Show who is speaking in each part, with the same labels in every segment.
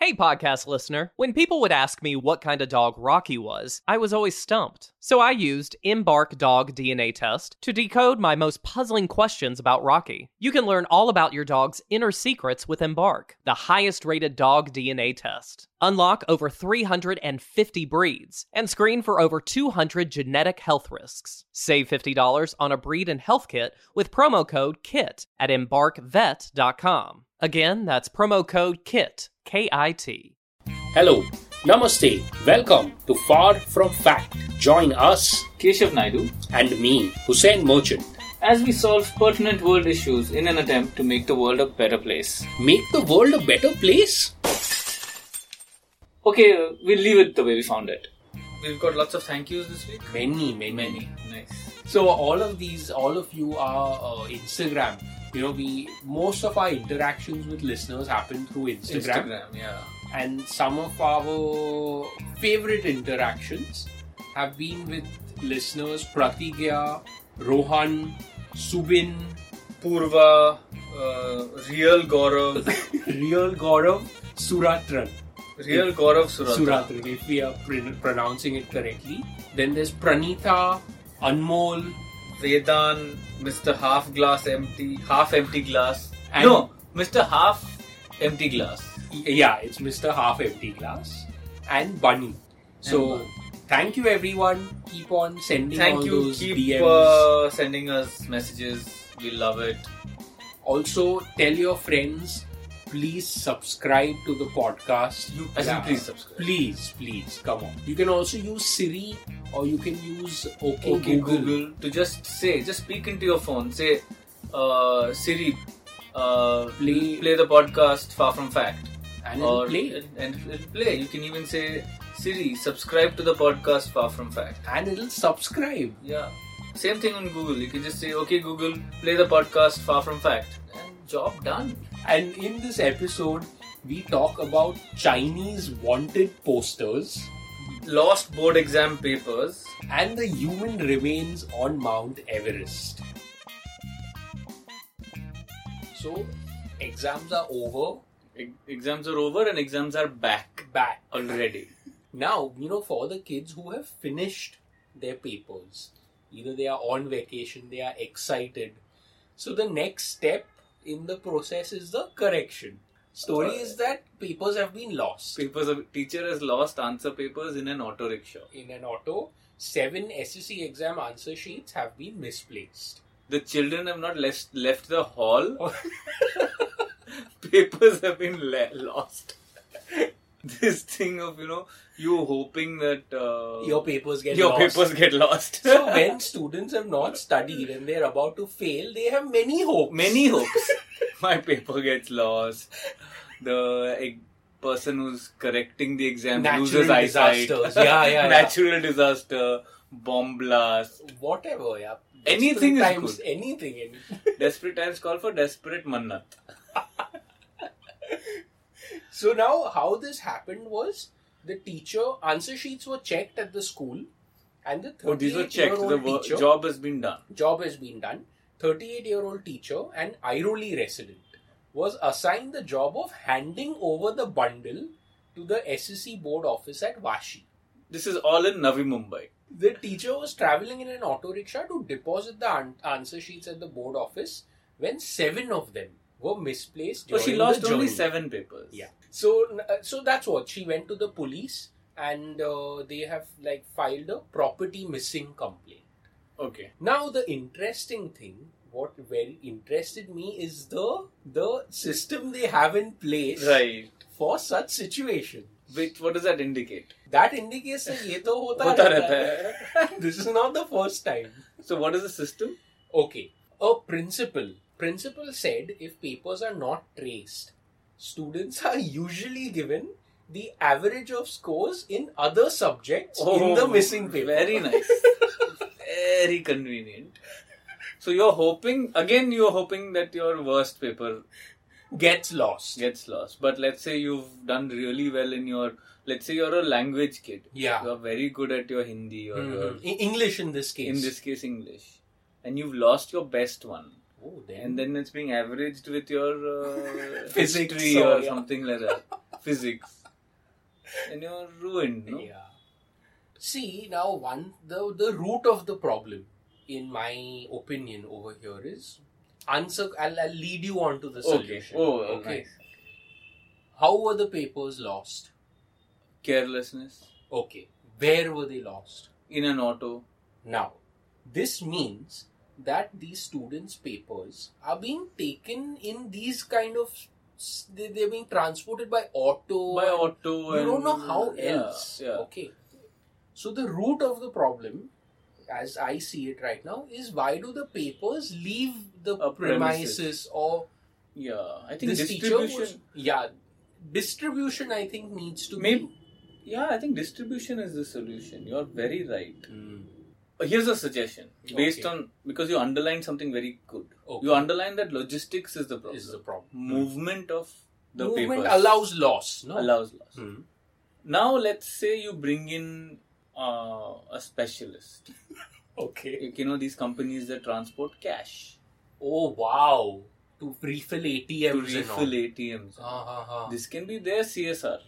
Speaker 1: Hey, podcast listener. When people would ask me what kind of dog Rocky was, I was always stumped. So I used Embark Dog DNA Test to decode my most puzzling questions about Rocky. You can learn all about your dog's inner secrets with Embark, the highest rated dog DNA test. Unlock over 350 breeds and screen for over 200 genetic health risks. Save $50 on a breed and health kit with promo code KIT at embarkvet.com. Again, that's promo code KIT, K I T.
Speaker 2: Hello, Namaste, welcome to Far From Fact. Join us
Speaker 3: Keshav Naidu,
Speaker 2: and me, Hussein Merchant.
Speaker 3: as we solve pertinent world issues in an attempt to make the world a better place.
Speaker 2: Make the world a better place?
Speaker 3: Okay, uh, we'll leave it the way we found it. We've got lots of thank yous this week.
Speaker 2: Many, many, many.
Speaker 3: Nice.
Speaker 2: So all of these, all of you are uh, Instagram. You know, we most of our interactions with listeners happen through Instagram,
Speaker 3: yeah.
Speaker 2: and some of our favorite interactions have been with listeners Pratigya, Rohan, Subin,
Speaker 4: Purva, uh, Real Gaurav,
Speaker 2: Real Gaurav, Suratran.
Speaker 4: Real Gaurav Surat.
Speaker 2: Suratran. If we are pr- pronouncing it correctly, then there's Pranita, Anmol,
Speaker 4: Vedan, Mr. Half Glass Empty, Half Empty Glass.
Speaker 2: And-
Speaker 4: no, Mr. Half Empty Glass.
Speaker 2: Yeah, it's Mr. Half Empty Glass and Bunny. So,
Speaker 4: Bunny.
Speaker 2: thank you everyone. Keep on sending all
Speaker 4: Thank you.
Speaker 2: those
Speaker 4: Keep
Speaker 2: DMs.
Speaker 4: uh, sending us messages. We love it.
Speaker 2: Also, tell your friends. Please subscribe to the podcast.
Speaker 4: You- as in please subscribe.
Speaker 2: Please, please, come on. You can also use Siri or you can use OK,
Speaker 4: Okay,
Speaker 2: Google.
Speaker 4: Google. To just say, just speak into your phone. Say, uh, Siri, uh,
Speaker 2: Play-
Speaker 4: play the podcast Far From Fact.
Speaker 2: and it'll play. it.
Speaker 4: And it'll play. You can even say, Siri, subscribe to the podcast Far From Fact.
Speaker 2: And it'll subscribe.
Speaker 4: Yeah. Same thing on Google. You can just say, okay, Google, play the podcast Far From Fact. And job done.
Speaker 2: And in this episode, we talk about Chinese wanted posters.
Speaker 4: Lost board exam papers.
Speaker 2: and the human remains on Mount Everest. So, exams are over.
Speaker 4: E- exams are over and exams are back
Speaker 2: Back.
Speaker 4: already.
Speaker 2: Now, you know, for the kids who have finished their papers, either they are on vacation, they are excited. So, the next step in the process is the correction. Story is that papers have been lost
Speaker 4: Papers of teacher has lost answer papers in an auto rickshaw.
Speaker 2: in an auto. Seven SSC exam answer sheets have been misplaced.
Speaker 4: The children have not left left the hall.
Speaker 2: Oh.
Speaker 4: papers have been le- lost. this thing of you know you hoping that uh,
Speaker 2: Your papers get
Speaker 4: your
Speaker 2: lost.
Speaker 4: papers get lost.
Speaker 2: So when students have not studied and they're about to fail, they have many hopes.
Speaker 4: many hopes. My paper gets lost. The egg person who's correcting the exam
Speaker 2: Natural
Speaker 4: loses eyesight.
Speaker 2: disasters. Yeah, yeah, yeah.
Speaker 4: Natural disaster, bomb blast.
Speaker 2: Whatever, yeah.
Speaker 4: Anything is
Speaker 2: Desperate times,
Speaker 4: good.
Speaker 2: Anything.
Speaker 4: Desperate times call for desperate mannat.
Speaker 2: so now, how this happened was the teacher answer sheets were checked at the school, and the
Speaker 4: Oh, these were checked. The
Speaker 2: thirty-eight-year-old
Speaker 4: work,
Speaker 2: teacher
Speaker 4: job has been done.
Speaker 2: job has been done. Thirty-eight-year-old teacher, an Airoli resident, was assigned the job of handing over the bundle to the SSC board office at Vashi.
Speaker 4: This is all in Navi Mumbai.
Speaker 2: The teacher was traveling in an auto rickshaw to deposit the an- answer sheets at the board office when seven of them were misplaced.
Speaker 4: So
Speaker 2: During
Speaker 4: she lost
Speaker 2: the journey.
Speaker 4: only seven papers.
Speaker 2: Yeah. So, n- uh, so that's what she went to the police and uh, they have like filed a property missing complaint.
Speaker 4: Okay.
Speaker 2: Now, the interesting thing, what very interested me is the the system they have in place
Speaker 4: Right.
Speaker 2: for such situation.
Speaker 4: Which what does that indicate?
Speaker 2: That indicates that ये तो होता,
Speaker 4: होता
Speaker 2: रहता है. this is not the first time.
Speaker 4: So what is the system?
Speaker 2: Okay, a principal. Principal said if papers are not traced, students are usually given the average of scores in other subjects in the missing paper.
Speaker 4: Oh, Very nice. very convenient. So you're hoping again you're hoping that your worst paper
Speaker 2: Gets lost.
Speaker 4: gets lost. But let's say you've done really well in your let's say you're a language kid.
Speaker 2: Yeah.
Speaker 4: You're very good at your Hindi or
Speaker 2: Mhm.
Speaker 4: your,
Speaker 2: In English in this case.
Speaker 4: in this case English. And you've lost your best one.
Speaker 2: Oh, then.
Speaker 4: And then it's being averaged with your uh,
Speaker 2: Physics
Speaker 4: history
Speaker 2: or-
Speaker 4: or
Speaker 2: yeah.
Speaker 4: something like that. physics, and you're ruined. No?
Speaker 2: Yeah. See, now one the the root of the problem, in my opinion, over here is answer. I'll, I'll lead you on to the
Speaker 4: Okay.
Speaker 2: solution.
Speaker 4: Oh, nice.
Speaker 2: How were the papers lost?
Speaker 4: Carelessness
Speaker 2: Okay. Where were they lost?
Speaker 4: in an auto.
Speaker 2: Now, this means that these students' papers are being taken in these kind of. s- They, they're being transported by auto.
Speaker 4: By
Speaker 2: Oh, and-
Speaker 4: auto.
Speaker 2: you
Speaker 4: and,
Speaker 2: don't know how
Speaker 4: Yeah,
Speaker 2: else.
Speaker 4: Yeah.
Speaker 2: Okay. So the root of the problem, as I see it right now, is why do the papers leave the
Speaker 4: A
Speaker 2: premises.
Speaker 4: premises.
Speaker 2: or
Speaker 4: Yeah. I think
Speaker 2: this teacher
Speaker 4: distribution.
Speaker 2: was, yeah distribution I think needs to
Speaker 4: Maybe-
Speaker 2: be
Speaker 4: Yeah, I think distribution is the solution. You're very right. Hmm, Uh, Here's a suggestion based
Speaker 2: Okay.
Speaker 4: on because you underlined something very good.
Speaker 2: Okay.
Speaker 4: You underline that logistics is the problem.
Speaker 2: is the problem.
Speaker 4: movement of the
Speaker 2: Movement
Speaker 4: papers
Speaker 2: allows loss. No.
Speaker 4: allows loss.
Speaker 2: Hmm.
Speaker 4: Now let's say you bring in uh, a specialist.
Speaker 2: Okay.
Speaker 4: Like, you know these companies that transport cash
Speaker 2: Oh wow! To refill ATMs
Speaker 4: to
Speaker 2: and all.
Speaker 4: refill ATMs.
Speaker 2: Ah, ah, ah.
Speaker 4: This can be their CSR.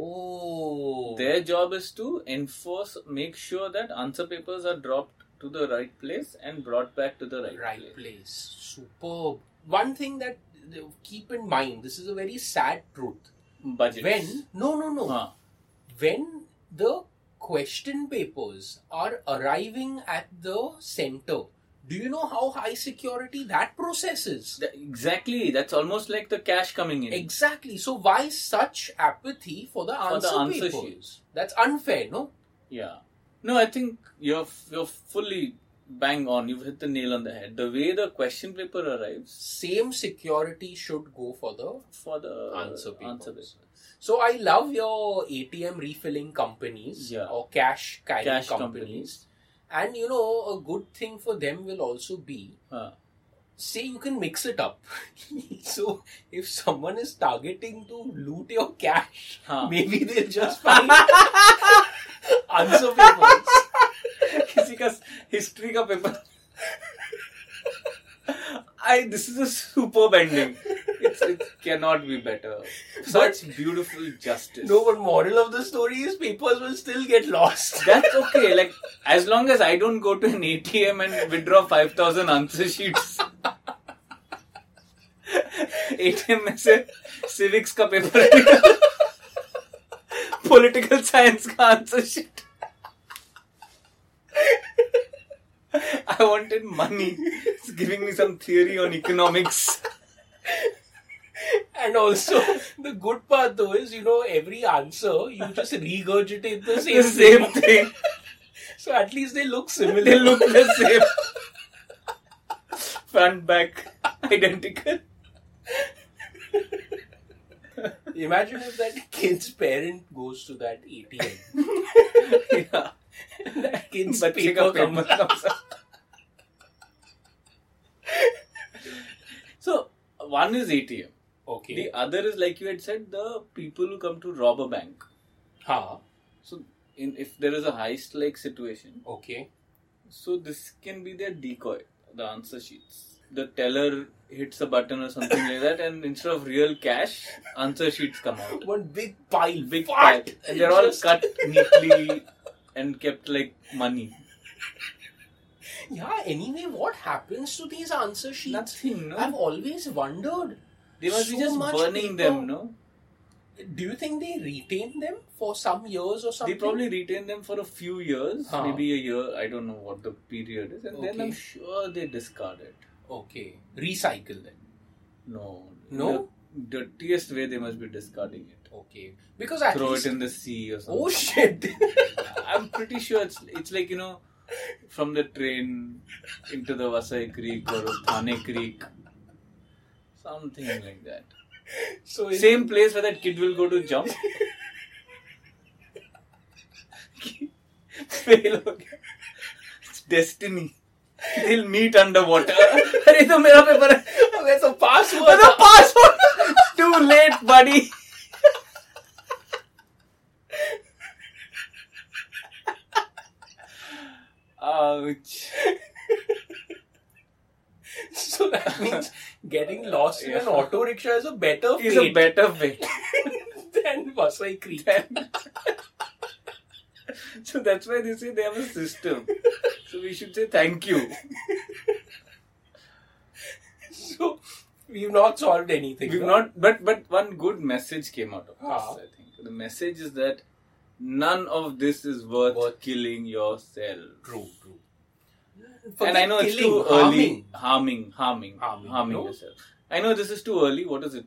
Speaker 2: oh.
Speaker 4: Their job is to enforce, make sure that answer papers are dropped to the right place and brought back to the right,
Speaker 2: right
Speaker 4: place.
Speaker 2: place. Superb. One thing that uh, keep in mind, this is a very sad truth.
Speaker 4: Budgets.
Speaker 2: When no no no
Speaker 4: Huh.
Speaker 2: when the question papers are arriving at the center, do you know how high security that process is?
Speaker 4: Tha- exactly. That's almost like the cash coming in.
Speaker 2: Exactly. So why such apathy for the
Speaker 4: For
Speaker 2: answer,
Speaker 4: the answer
Speaker 2: papers?
Speaker 4: sheets.
Speaker 2: That's unfair, no?
Speaker 4: Yeah. No, I think you're you're fully bang on. You've hit the nail on the head. The way the question paper arrives
Speaker 2: Same security should go for the
Speaker 4: for the
Speaker 2: Answer papers.
Speaker 4: answer papers.
Speaker 2: So I love your ATM refilling companies
Speaker 4: Yeah.
Speaker 2: or cash carrying
Speaker 4: Cash
Speaker 2: companies.
Speaker 4: companies.
Speaker 2: And you know, a good thing for them will also be
Speaker 4: Huh.
Speaker 2: say you can mix it up. so if someone is targeting to loot your cash,
Speaker 4: Huh.
Speaker 2: maybe they'll just find answer papers.
Speaker 4: किसी का history का paper I this is a superb ending. It's, it cannot be better. Such beautiful justice.
Speaker 2: No, but moral of the story is papers will still get lost.
Speaker 4: That's okay. Like as long as I don't go to an ATM and withdraw five thousand answer sheets. ATM में से civics का paper निकाल, political science का answer sheet. I wanted money. It's giving me some theory on economics.
Speaker 2: And also, the good part though is, you know, every answer you just regurgitate the same,
Speaker 4: The same
Speaker 2: thing.
Speaker 4: thing.
Speaker 2: So at least they look similar.
Speaker 4: They look the same. Front back identical.
Speaker 2: Imagine if that kid's parent goes to that ATM.
Speaker 4: Yeah.
Speaker 2: that kid's
Speaker 4: बच्चे का
Speaker 2: paper
Speaker 4: paper
Speaker 2: comes
Speaker 4: कम सा so one is atm
Speaker 2: Okay.
Speaker 4: the other is like you had said the people who come to rob a bank
Speaker 2: huh.
Speaker 4: so in, if there is a heist like situation
Speaker 2: Okay.
Speaker 4: so this can be their decoy the answer sheets the teller hits a button or something like that and instead of real cash answer sheets come out
Speaker 2: One big pile.
Speaker 4: big
Speaker 2: What?
Speaker 4: pile. and they're all
Speaker 2: Just-
Speaker 4: cut neatly and kept like money
Speaker 2: Yeah. Anyway, what happens to these answer sheets?
Speaker 4: nothing no
Speaker 2: I've always wondered.
Speaker 4: They must be
Speaker 2: So
Speaker 4: just
Speaker 2: much
Speaker 4: burning
Speaker 2: paper.
Speaker 4: them, no?
Speaker 2: Do you think they retain them for some years or something?
Speaker 4: They probably retain them for a few years,
Speaker 2: Huh.
Speaker 4: maybe a year. I don't know what the period is, and then
Speaker 2: Okay.
Speaker 4: I'm sure they discard it.
Speaker 2: Okay. Recycle them.
Speaker 4: No,
Speaker 2: No?
Speaker 4: The dirtiest way they must be discarding it.
Speaker 2: Okay. Because at
Speaker 4: Throw
Speaker 2: least.
Speaker 4: it in the sea or something.
Speaker 2: oh shit.
Speaker 4: I'm pretty sure it's it's like you know, from the train into the Vasai Creek or Thane Creek, something like that.
Speaker 2: so it-
Speaker 4: Same place where that kid will go to jump. Fail हो गया. It's destiny. They'll meet underwater. अरे तो मेरा paper है. तो
Speaker 2: There's a password.
Speaker 4: अरे password. Too late, buddy. Ouch.
Speaker 2: So that means getting lost in
Speaker 4: Yeah.
Speaker 2: an auto rickshaw is a better
Speaker 4: Is a
Speaker 2: fate.
Speaker 4: better way.
Speaker 2: Vasai Creek.
Speaker 4: So that's why they say they have a system. so we should say thank you.
Speaker 2: so we've not solved anything.
Speaker 4: We've
Speaker 2: no?
Speaker 4: not, but but one good message came out of
Speaker 2: Ah.
Speaker 4: this. I think the message is that none of this is worth,
Speaker 2: Worth-
Speaker 4: killing yourself.
Speaker 2: True, true.
Speaker 4: and I know it's
Speaker 2: Killing,
Speaker 4: too early.
Speaker 2: harming.
Speaker 4: Harming, harming,
Speaker 2: Harming,
Speaker 4: harming,
Speaker 2: no?
Speaker 4: yourself. I know this is too early. What is it?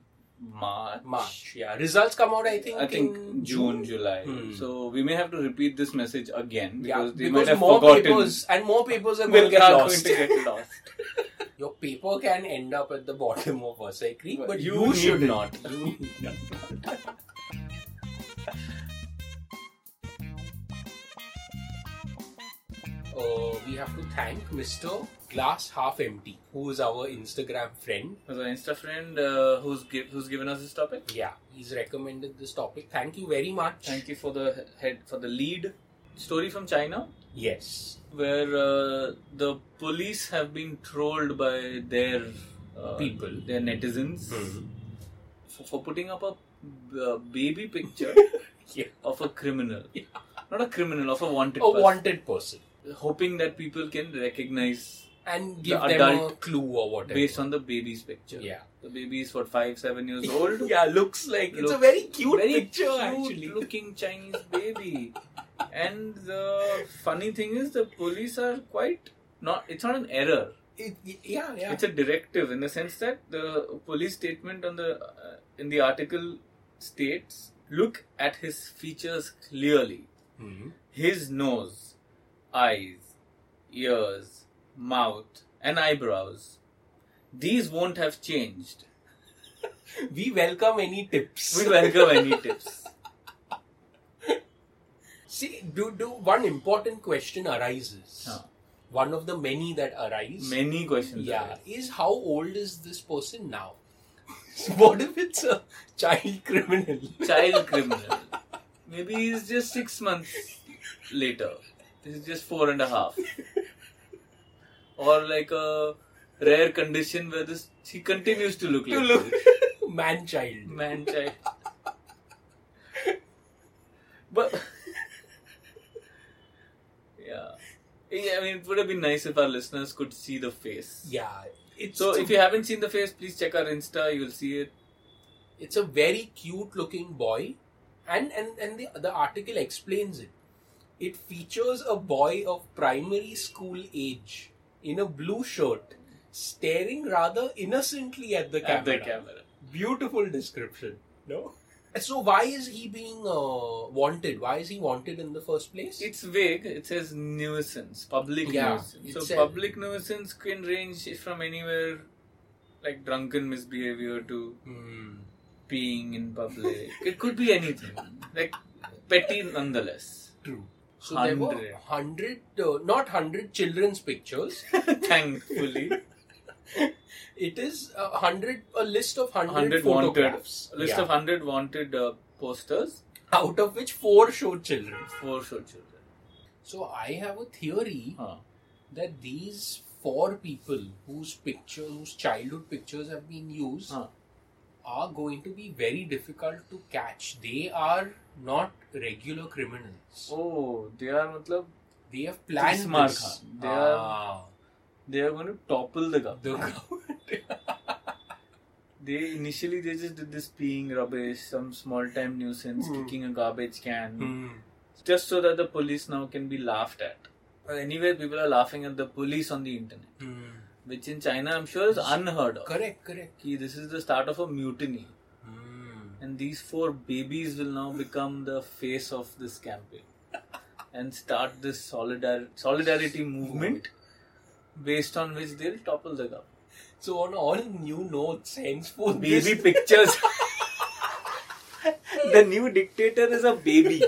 Speaker 4: March.
Speaker 2: March, yeah. Results come out, I think,
Speaker 4: I think
Speaker 2: in
Speaker 4: June, July.
Speaker 2: Hmm.
Speaker 4: So we may have to repeat this message again
Speaker 2: Yeah,
Speaker 4: because they might
Speaker 2: because
Speaker 4: have
Speaker 2: more
Speaker 4: forgotten.
Speaker 2: papers and more papers are going
Speaker 4: will
Speaker 2: to get lost.
Speaker 4: Going to get lost.
Speaker 2: Your paper can end up at the bottom of Vasai Creek, but
Speaker 4: you,
Speaker 2: you
Speaker 4: should
Speaker 2: shouldn't.
Speaker 4: not.
Speaker 2: Oh, Uh, we have to thank Mr. Glass Half Empty, who is our Instagram friend.
Speaker 4: As our Insta friend uh, who's give, who's given us this topic.
Speaker 2: Yeah, he's recommended this topic. Thank you very much.
Speaker 4: Thank you for the head for the lead story from China,
Speaker 2: Yes.
Speaker 4: where uh, the police have been trolled by their uh,
Speaker 2: People. Hmm.
Speaker 4: their netizens, for, for putting up a uh, baby picture
Speaker 2: Yeah.
Speaker 4: of a criminal, not a criminal, of a wanted
Speaker 2: A
Speaker 4: person,
Speaker 2: wanted person.
Speaker 4: hoping that people can recognize
Speaker 2: And give
Speaker 4: The
Speaker 2: them a
Speaker 4: adult
Speaker 2: clue or whatever.
Speaker 4: based on the baby's picture.
Speaker 2: Yeah.
Speaker 4: the baby is what five, seven years old.
Speaker 2: yeah, looks like it's a
Speaker 4: Looks
Speaker 2: very cute
Speaker 4: very
Speaker 2: picture
Speaker 4: cute
Speaker 2: actually.
Speaker 4: looking Chinese baby. and the funny thing is, the police are quite not. It's not an error.
Speaker 2: It, yeah, yeah.
Speaker 4: It's a directive in the sense that the police statement on the uh, in the article states: look at his features clearly.
Speaker 2: Mhm.
Speaker 4: His nose, eyes, ears, mouth, and eyebrows. These won't have changed.
Speaker 2: We welcome any tips.
Speaker 4: We welcome any tips.
Speaker 2: See, do do one important question arises.
Speaker 4: Huh.
Speaker 2: One of the many that arise.
Speaker 4: Many questions. are
Speaker 2: Yeah,
Speaker 4: asked.
Speaker 2: is how old is this person now? what if it's a child criminal?
Speaker 4: child criminal. Maybe he's just six months later. This is just four and a half. Or like a rare condition where this he continues to look
Speaker 2: to
Speaker 4: like
Speaker 2: look
Speaker 4: this.
Speaker 2: man child.
Speaker 4: man child. But yeah. Yeah, I mean, it would have been nice if our listeners could see the face.
Speaker 2: Yeah, it's
Speaker 4: So,
Speaker 2: a-
Speaker 4: if you haven't seen the face, please check our Insta. You'll see it.
Speaker 2: it's a very cute looking boy, and and and the the article explains it. It features a boy of primary school age in a blue shirt, staring rather innocently at the camera.
Speaker 4: At the camera.
Speaker 2: Beautiful description. No. So why is he being uh, wanted? Why is he wanted in the first place?
Speaker 4: It's vague. It says nuisance, public
Speaker 2: Yeah,
Speaker 4: nuisance.
Speaker 2: it
Speaker 4: So
Speaker 2: says-
Speaker 4: public nuisance can range from anywhere like drunken misbehavior to
Speaker 2: Hmm.
Speaker 4: peeing in public. it could be anything. Like petty nonetheless.
Speaker 2: True. So there were
Speaker 4: Hundred.
Speaker 2: hundred, uh, not hundred children's pictures.
Speaker 4: Thankfully,
Speaker 2: it is a hundred, a list of hundred
Speaker 4: 100 wanted
Speaker 2: photographs.
Speaker 4: list
Speaker 2: Yeah.
Speaker 4: of 100 wanted uh, posters
Speaker 2: out of which four showed children.
Speaker 4: for show children.
Speaker 2: So I have a theory
Speaker 4: Huh.
Speaker 2: that these four people whose pictures, whose childhood pictures have been used,
Speaker 4: Huh.
Speaker 2: are going to be very difficult to catch. They are not regular criminals.
Speaker 4: Oh, they are matlab,
Speaker 2: They have planned
Speaker 4: smart,
Speaker 2: this.
Speaker 4: huh? They are- they are going to topple the
Speaker 2: Ah,
Speaker 4: government.
Speaker 2: the government.
Speaker 4: They initially they just did this peeing rubbish, some small time nuisance,
Speaker 2: Hmm.
Speaker 4: kicking a garbage can. just so that the police now can be laughed at. Or anyway, people are laughing at the police on the internet,
Speaker 2: hmm.
Speaker 4: which in China I'm sure is unheard of.
Speaker 2: Correct, correct.
Speaker 4: Ki This is the start of a mutiny,
Speaker 2: Hmm.
Speaker 4: and these four babies will now become the face of this campaign and start this solidar- solidarity movement based on which they'll topple the government.
Speaker 2: So on all new notes, henceforth,
Speaker 4: Baby
Speaker 2: this-
Speaker 4: pictures. the new dictator is a baby.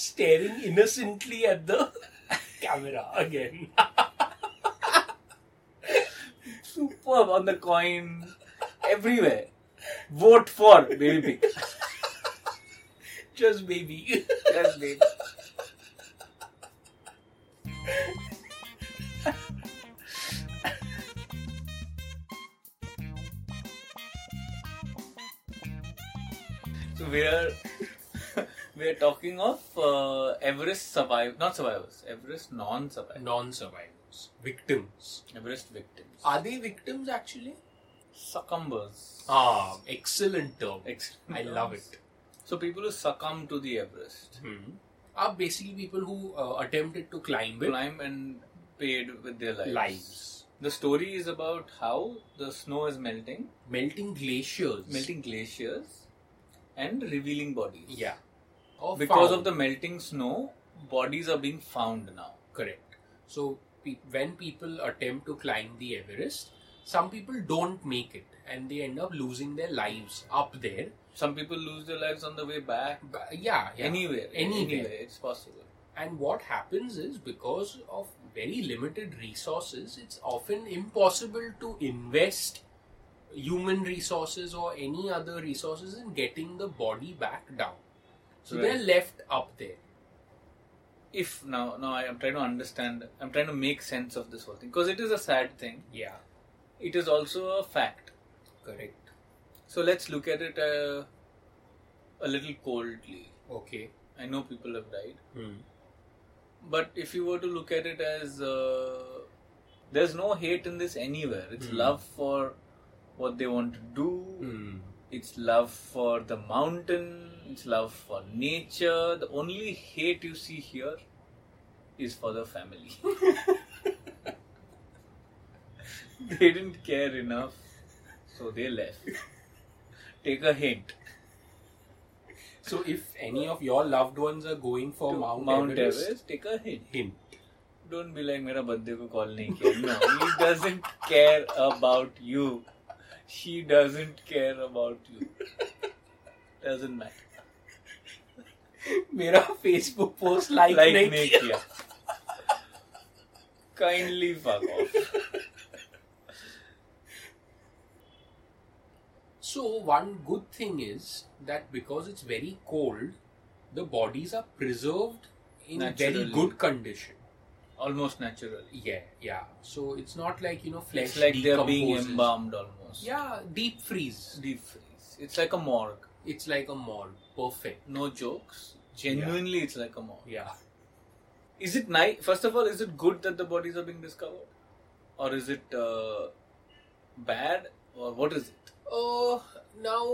Speaker 2: staring innocently at the camera again.
Speaker 4: superb on the coin everywhere. Vote for baby pic.
Speaker 2: Just baby.
Speaker 4: Yes, babe. where we are talking of uh, Everest survivors, not survivors, Everest non-survivors,
Speaker 2: Non-survivors, victims.
Speaker 4: Everest victims,
Speaker 2: Are they victims actually?
Speaker 4: succumbers.
Speaker 2: Ah, excellent term.
Speaker 4: Excellent
Speaker 2: I love
Speaker 4: terms.
Speaker 2: it.
Speaker 4: So people who succumb to the Everest
Speaker 2: Hmm. Are basically people who uh, attempted to climb it.
Speaker 4: climb and paid with their lives.
Speaker 2: Lives.
Speaker 4: The story is about how the snow is melting,
Speaker 2: Melting glaciers.
Speaker 4: melting glaciers, and revealing bodies.
Speaker 2: Yeah. Or
Speaker 4: Because
Speaker 2: found.
Speaker 4: of the melting snow, bodies are being found now.
Speaker 2: Correct. So pe- when people attempt to climb the Everest, some people don't make it and they end up losing their lives up there.
Speaker 4: Some people lose their lives on the way back.
Speaker 2: But, yeah, yeah.
Speaker 4: Anywhere,
Speaker 2: Anywhere.
Speaker 4: anywhere, it's possible.
Speaker 2: And what happens is because of very limited resources, it's often impossible to invest human resources or any other resources in getting the body back down. So
Speaker 4: Right.
Speaker 2: they're left up there.
Speaker 4: If now, now I am trying to understand. I'm trying to make sense of this whole thing because it is a sad thing.
Speaker 2: Yeah,
Speaker 4: It is also a fact.
Speaker 2: correct.
Speaker 4: So let's look at it uh, a little coldly.
Speaker 2: Okay.
Speaker 4: I know people have died, but if you were to look at it as uh, there's no hate in this anywhere. It's
Speaker 2: Hmm.
Speaker 4: love for what they want to do. It's love for the mountain. It's love for nature. The only hate you see here is for the family. they didn't care enough, so they left. Take a hint.
Speaker 2: So if any of your loved ones are going for
Speaker 4: To
Speaker 2: Mount,
Speaker 4: Mount
Speaker 2: Everest,
Speaker 4: Everest, take a hint.
Speaker 2: hint.
Speaker 4: Don't be like मेरा birthday को call नहीं किया no he doesn't care about you she doesn't care about you doesn't matter
Speaker 2: मेरा Facebook post like
Speaker 4: like
Speaker 2: नहीं
Speaker 4: नहीं
Speaker 2: किया।
Speaker 4: किया kindly fuck off
Speaker 2: So one good thing is that because it's very cold, the bodies are preserved in very
Speaker 4: Naturally.
Speaker 2: good condition.
Speaker 4: almost naturally
Speaker 2: Yeah, yeah. So it's not like you know flesh
Speaker 4: it's like they're being
Speaker 2: decomposes.
Speaker 4: embalmed almost
Speaker 2: Yeah, deep freeze.
Speaker 4: deep freeze it's like a morgue
Speaker 2: It's like a mall. Perfect.
Speaker 4: no jokes genuinely it's like a morgue
Speaker 2: Yeah.
Speaker 4: is it nice first of all is it good that the bodies are being discovered or is it uh, bad or what is it
Speaker 2: Oh, now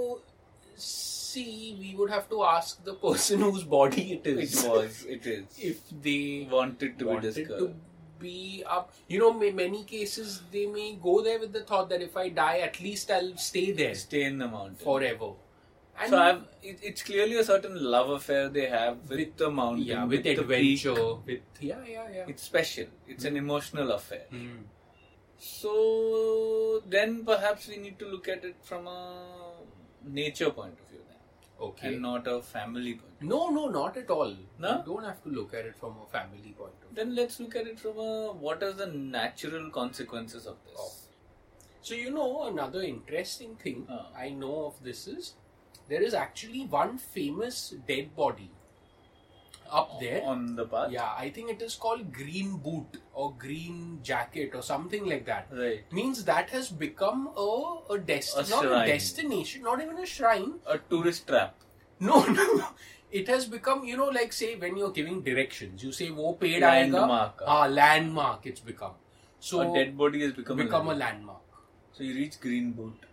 Speaker 2: see, we would have to ask the person whose body it is.
Speaker 4: it was it is
Speaker 2: if they
Speaker 4: wanted to be
Speaker 2: wanted
Speaker 4: discovered
Speaker 2: to be up. You know, in many cases they may go there with the thought that if I die, at least I'll stay there
Speaker 4: stay in the mountain
Speaker 2: forever. And
Speaker 4: so I've, it, it's clearly a certain love affair they have with, the mountain
Speaker 2: yeah, with
Speaker 4: the
Speaker 2: adventure,
Speaker 4: peak.
Speaker 2: with yeah, yeah, yeah.
Speaker 4: it's special it's an emotional affair
Speaker 2: Hmm.
Speaker 4: so then perhaps we need to look at it from a nature point of view then,
Speaker 2: Okay.
Speaker 4: and not a family point
Speaker 2: no, no, not at all.
Speaker 4: No?
Speaker 2: You don't have to look at it from a family point of view.
Speaker 4: Then let's look at it from a what are the natural consequences of this?
Speaker 2: So you know another interesting thing
Speaker 4: Uh.
Speaker 2: I know of this is there is actually one famous dead body up
Speaker 4: Oh,
Speaker 2: there
Speaker 4: on the path.
Speaker 2: Yeah, I think it is called green boot or green jacket or something like that.
Speaker 4: Right.
Speaker 2: Means that has become a a, dest-
Speaker 4: A
Speaker 2: not a
Speaker 4: shrine.
Speaker 2: destination, not even a shrine.
Speaker 4: A tourist trap.
Speaker 2: No, no, no. It has become, you know, like say when you're giving directions, you say wo ped
Speaker 4: Landmark.
Speaker 2: aayega. Ah, landmark. It's become so
Speaker 4: a dead body has become,
Speaker 2: become a
Speaker 4: a, land.
Speaker 2: landmark.
Speaker 4: So you reach Green Boot.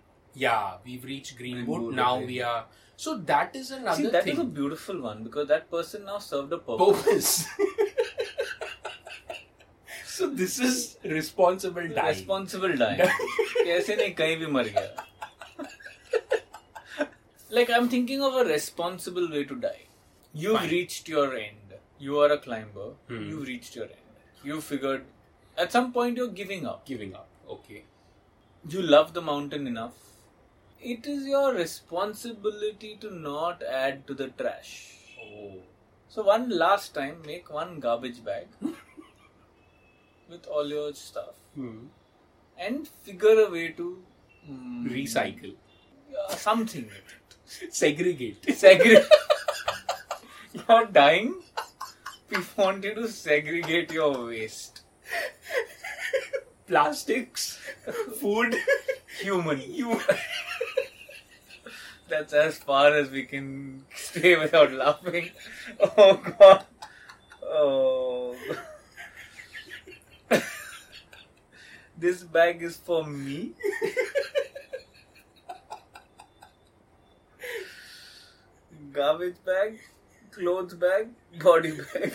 Speaker 2: Yeah, we've reached green
Speaker 4: Green
Speaker 2: boot.
Speaker 4: Boot,
Speaker 2: Now
Speaker 4: okay.
Speaker 2: we are. So that is another
Speaker 4: See, that is
Speaker 2: thing.
Speaker 4: a beautiful one because that person now served a purpose.
Speaker 2: Purpose. so this is responsible dying.
Speaker 4: Responsible dying. ऐसे नहीं कहीं भी मर गया. Like I'm thinking of a responsible way to die. You've
Speaker 2: Fine.
Speaker 4: reached your end. You are a climber.
Speaker 2: Hmm.
Speaker 4: You've reached your end. You figured at some point you're giving up.
Speaker 2: giving up. Okay.
Speaker 4: you love the mountain enough it is your responsibility to not add to the trash
Speaker 2: Oh.
Speaker 4: so one last time make one garbage bag with all your stuff
Speaker 2: Hmm.
Speaker 4: and figure a way to
Speaker 2: Hmm.
Speaker 4: mm,
Speaker 2: Recycle.
Speaker 4: yeah, something with
Speaker 2: Segregate.
Speaker 4: it. segregate you're dying we want you to segregate your waste
Speaker 2: Plastics. Food.
Speaker 4: human
Speaker 2: You.
Speaker 4: that's as far as we can stay without laughing. Oh god. Oh. this bag is for me. Garbage bag, clothes bag, body bag.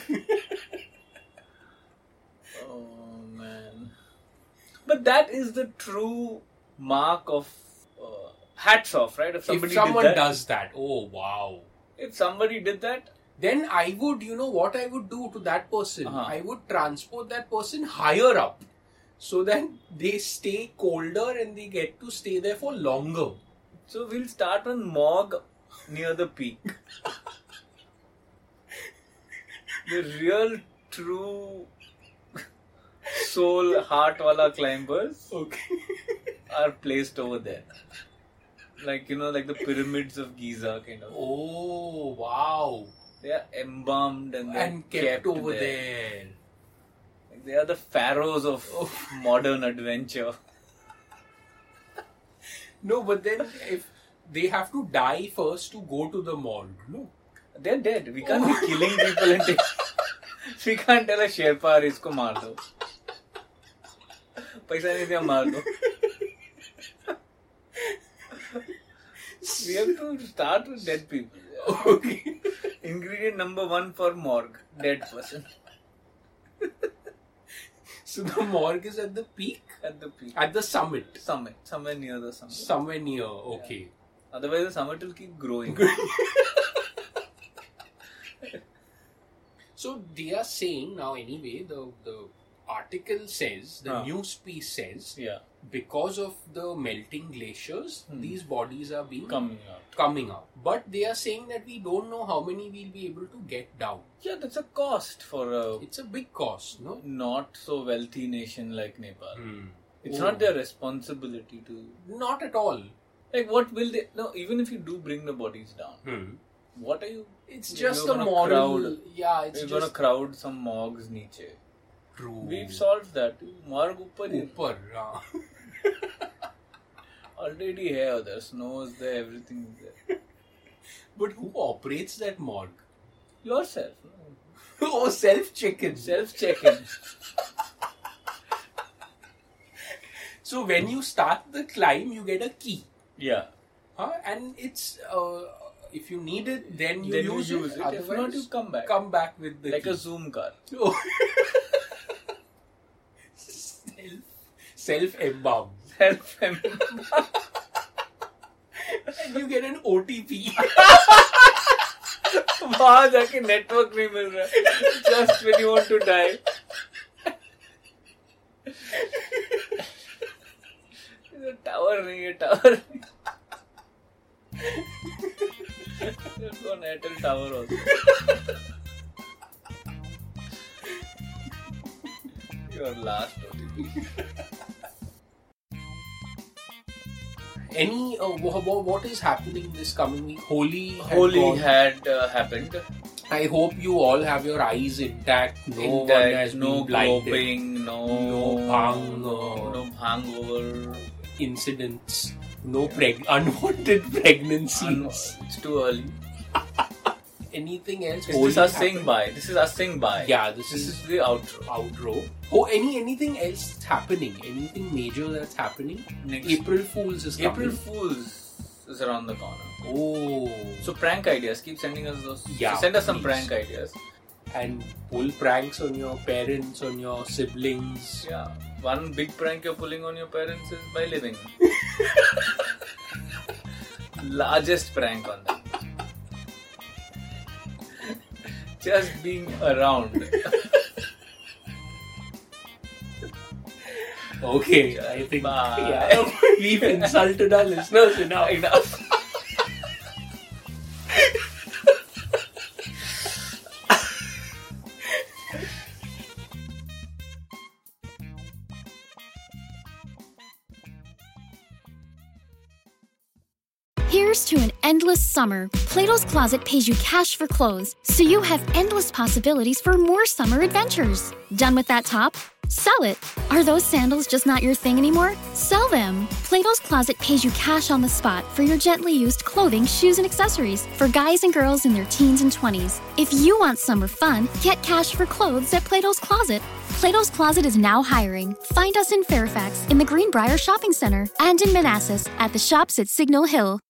Speaker 4: oh man. But that is the true mark of uh, hats off, right? If somebody
Speaker 2: if someone
Speaker 4: did that,
Speaker 2: does that, oh wow.
Speaker 4: if somebody did that,
Speaker 2: Then I would, you know, what I would do to that person,
Speaker 4: Uh-huh.
Speaker 2: I would transport that person higher up so that they stay colder and they get to stay there for longer.
Speaker 4: so we'll start on Mog near the peak. the real, true soul heart wala climbers
Speaker 2: Okay.
Speaker 4: are placed over there. Like you know, like the pyramids of Giza, kind of.
Speaker 2: Oh wow.
Speaker 4: They are embalmed and they're
Speaker 2: And kept, over there.
Speaker 4: Like, they are the pharaohs of modern adventure.
Speaker 2: No, but then if they have to die first to go to the mall, no.
Speaker 4: They're dead. We can't
Speaker 2: Oh.
Speaker 4: be killing people and take. We can't tell a Sherpa "अरे इसको मार दो पैसा नहीं दिया मार दो We have to start with dead people.
Speaker 2: Okay.
Speaker 4: Ingredient number one for morgue, dead person
Speaker 2: So the morgue is at the peak,
Speaker 4: at the peak.
Speaker 2: at the summit,
Speaker 4: Summit, somewhere near the summit.
Speaker 2: somewhere near. Okay.
Speaker 4: Otherwise, the summit will keep growing.
Speaker 2: So they are saying now, anyway, the the article says, the
Speaker 4: Huh.
Speaker 2: news piece says,
Speaker 4: yeah,
Speaker 2: because of the melting glaciers,
Speaker 4: Hmm.
Speaker 2: these bodies are being
Speaker 4: coming out.
Speaker 2: coming up. But they are saying that we don't know how many we'll be able to get down.
Speaker 4: Yeah, that's a cost for a
Speaker 2: It's a big cost, no?
Speaker 4: not so wealthy nation like Nepal.
Speaker 2: Hmm.
Speaker 4: It's
Speaker 2: Oh.
Speaker 4: not their responsibility to
Speaker 2: Not at all.
Speaker 4: Like, what will they? No, even if you do bring the bodies down,
Speaker 2: Hmm.
Speaker 4: what are you?
Speaker 2: It's
Speaker 4: You're
Speaker 2: just a
Speaker 4: gonna
Speaker 2: model.
Speaker 4: crowd.
Speaker 2: Yeah, it's
Speaker 4: You're
Speaker 2: just
Speaker 4: gonna crowd some morgues niche.
Speaker 2: true.
Speaker 4: We've solved that. Morgue upar hi.
Speaker 2: Upar, yeah.
Speaker 4: already here. The snow is there. Everything is there.
Speaker 2: But who operates that morgue?
Speaker 4: Yourself. no?
Speaker 2: oh, self chicken.
Speaker 4: Self check-in.
Speaker 2: So when you start the climb, you get a key,
Speaker 4: yeah.
Speaker 2: huh? and it's uh, if you need it, then you
Speaker 4: then
Speaker 2: use,
Speaker 4: you use
Speaker 2: it.
Speaker 4: it. If not, you
Speaker 2: Otherwise,
Speaker 4: come back.
Speaker 2: come back with the
Speaker 4: like
Speaker 2: key.
Speaker 4: a Zoom car.
Speaker 2: Oh. self self embalm.
Speaker 4: Self.
Speaker 2: And you get an OTP.
Speaker 4: वहाँ जाके network नहीं मिल रहा है just when you want to die इधर tower नहीं है tower कौन एयरटेल टावर होता your last
Speaker 2: Any uh, wha- wha- what is happening this coming week? Holy, had
Speaker 4: Holi
Speaker 2: gone.
Speaker 4: Had happened
Speaker 2: I hope you all have your eyes intact. No one has
Speaker 4: no
Speaker 2: been blinded.
Speaker 4: groping no
Speaker 2: No bang, no-
Speaker 4: no hangover
Speaker 2: Incidents. No preg- unwanted pregnancies.
Speaker 4: Unwa- It's too early.
Speaker 2: Anything else?
Speaker 4: This
Speaker 2: holy
Speaker 4: is us
Speaker 2: happened?
Speaker 4: saying bye. This is us saying bye.
Speaker 2: Yeah, this,
Speaker 4: This
Speaker 2: is
Speaker 4: is the outro.
Speaker 2: outro. Oh, any anything else that's happening? Anything major that's happening?
Speaker 4: Next
Speaker 2: April Fools is coming.
Speaker 4: April Fools is around the corner.
Speaker 2: Oh,
Speaker 4: So prank ideas. Keep sending us those.
Speaker 2: Yeah,
Speaker 4: So send us some
Speaker 2: please.
Speaker 4: prank ideas.
Speaker 2: and pull pranks on your parents, on your siblings.
Speaker 4: Yeah. One big prank you're pulling on your parents is by living. Largest prank on them. Just being around.
Speaker 2: Okay, I think
Speaker 4: Bye.
Speaker 2: yeah, we've insulted our listeners enough. enough.
Speaker 5: Here's to an endless summer. Plato's Closet pays you cash for clothes, so you have endless possibilities for more summer adventures. Done with that top? Sell it! Are those sandals just not your thing anymore? Sell them! Plato's Closet pays you cash on the spot for your gently used clothing, shoes, and accessories for guys and girls in their teens and 20s. If you want summer fun, get cash for clothes at Plato's Closet. Plato's Closet is now hiring. Find us in Fairfax, in the Greenbrier Shopping Center, and in Manassas at the shops at Signal Hill.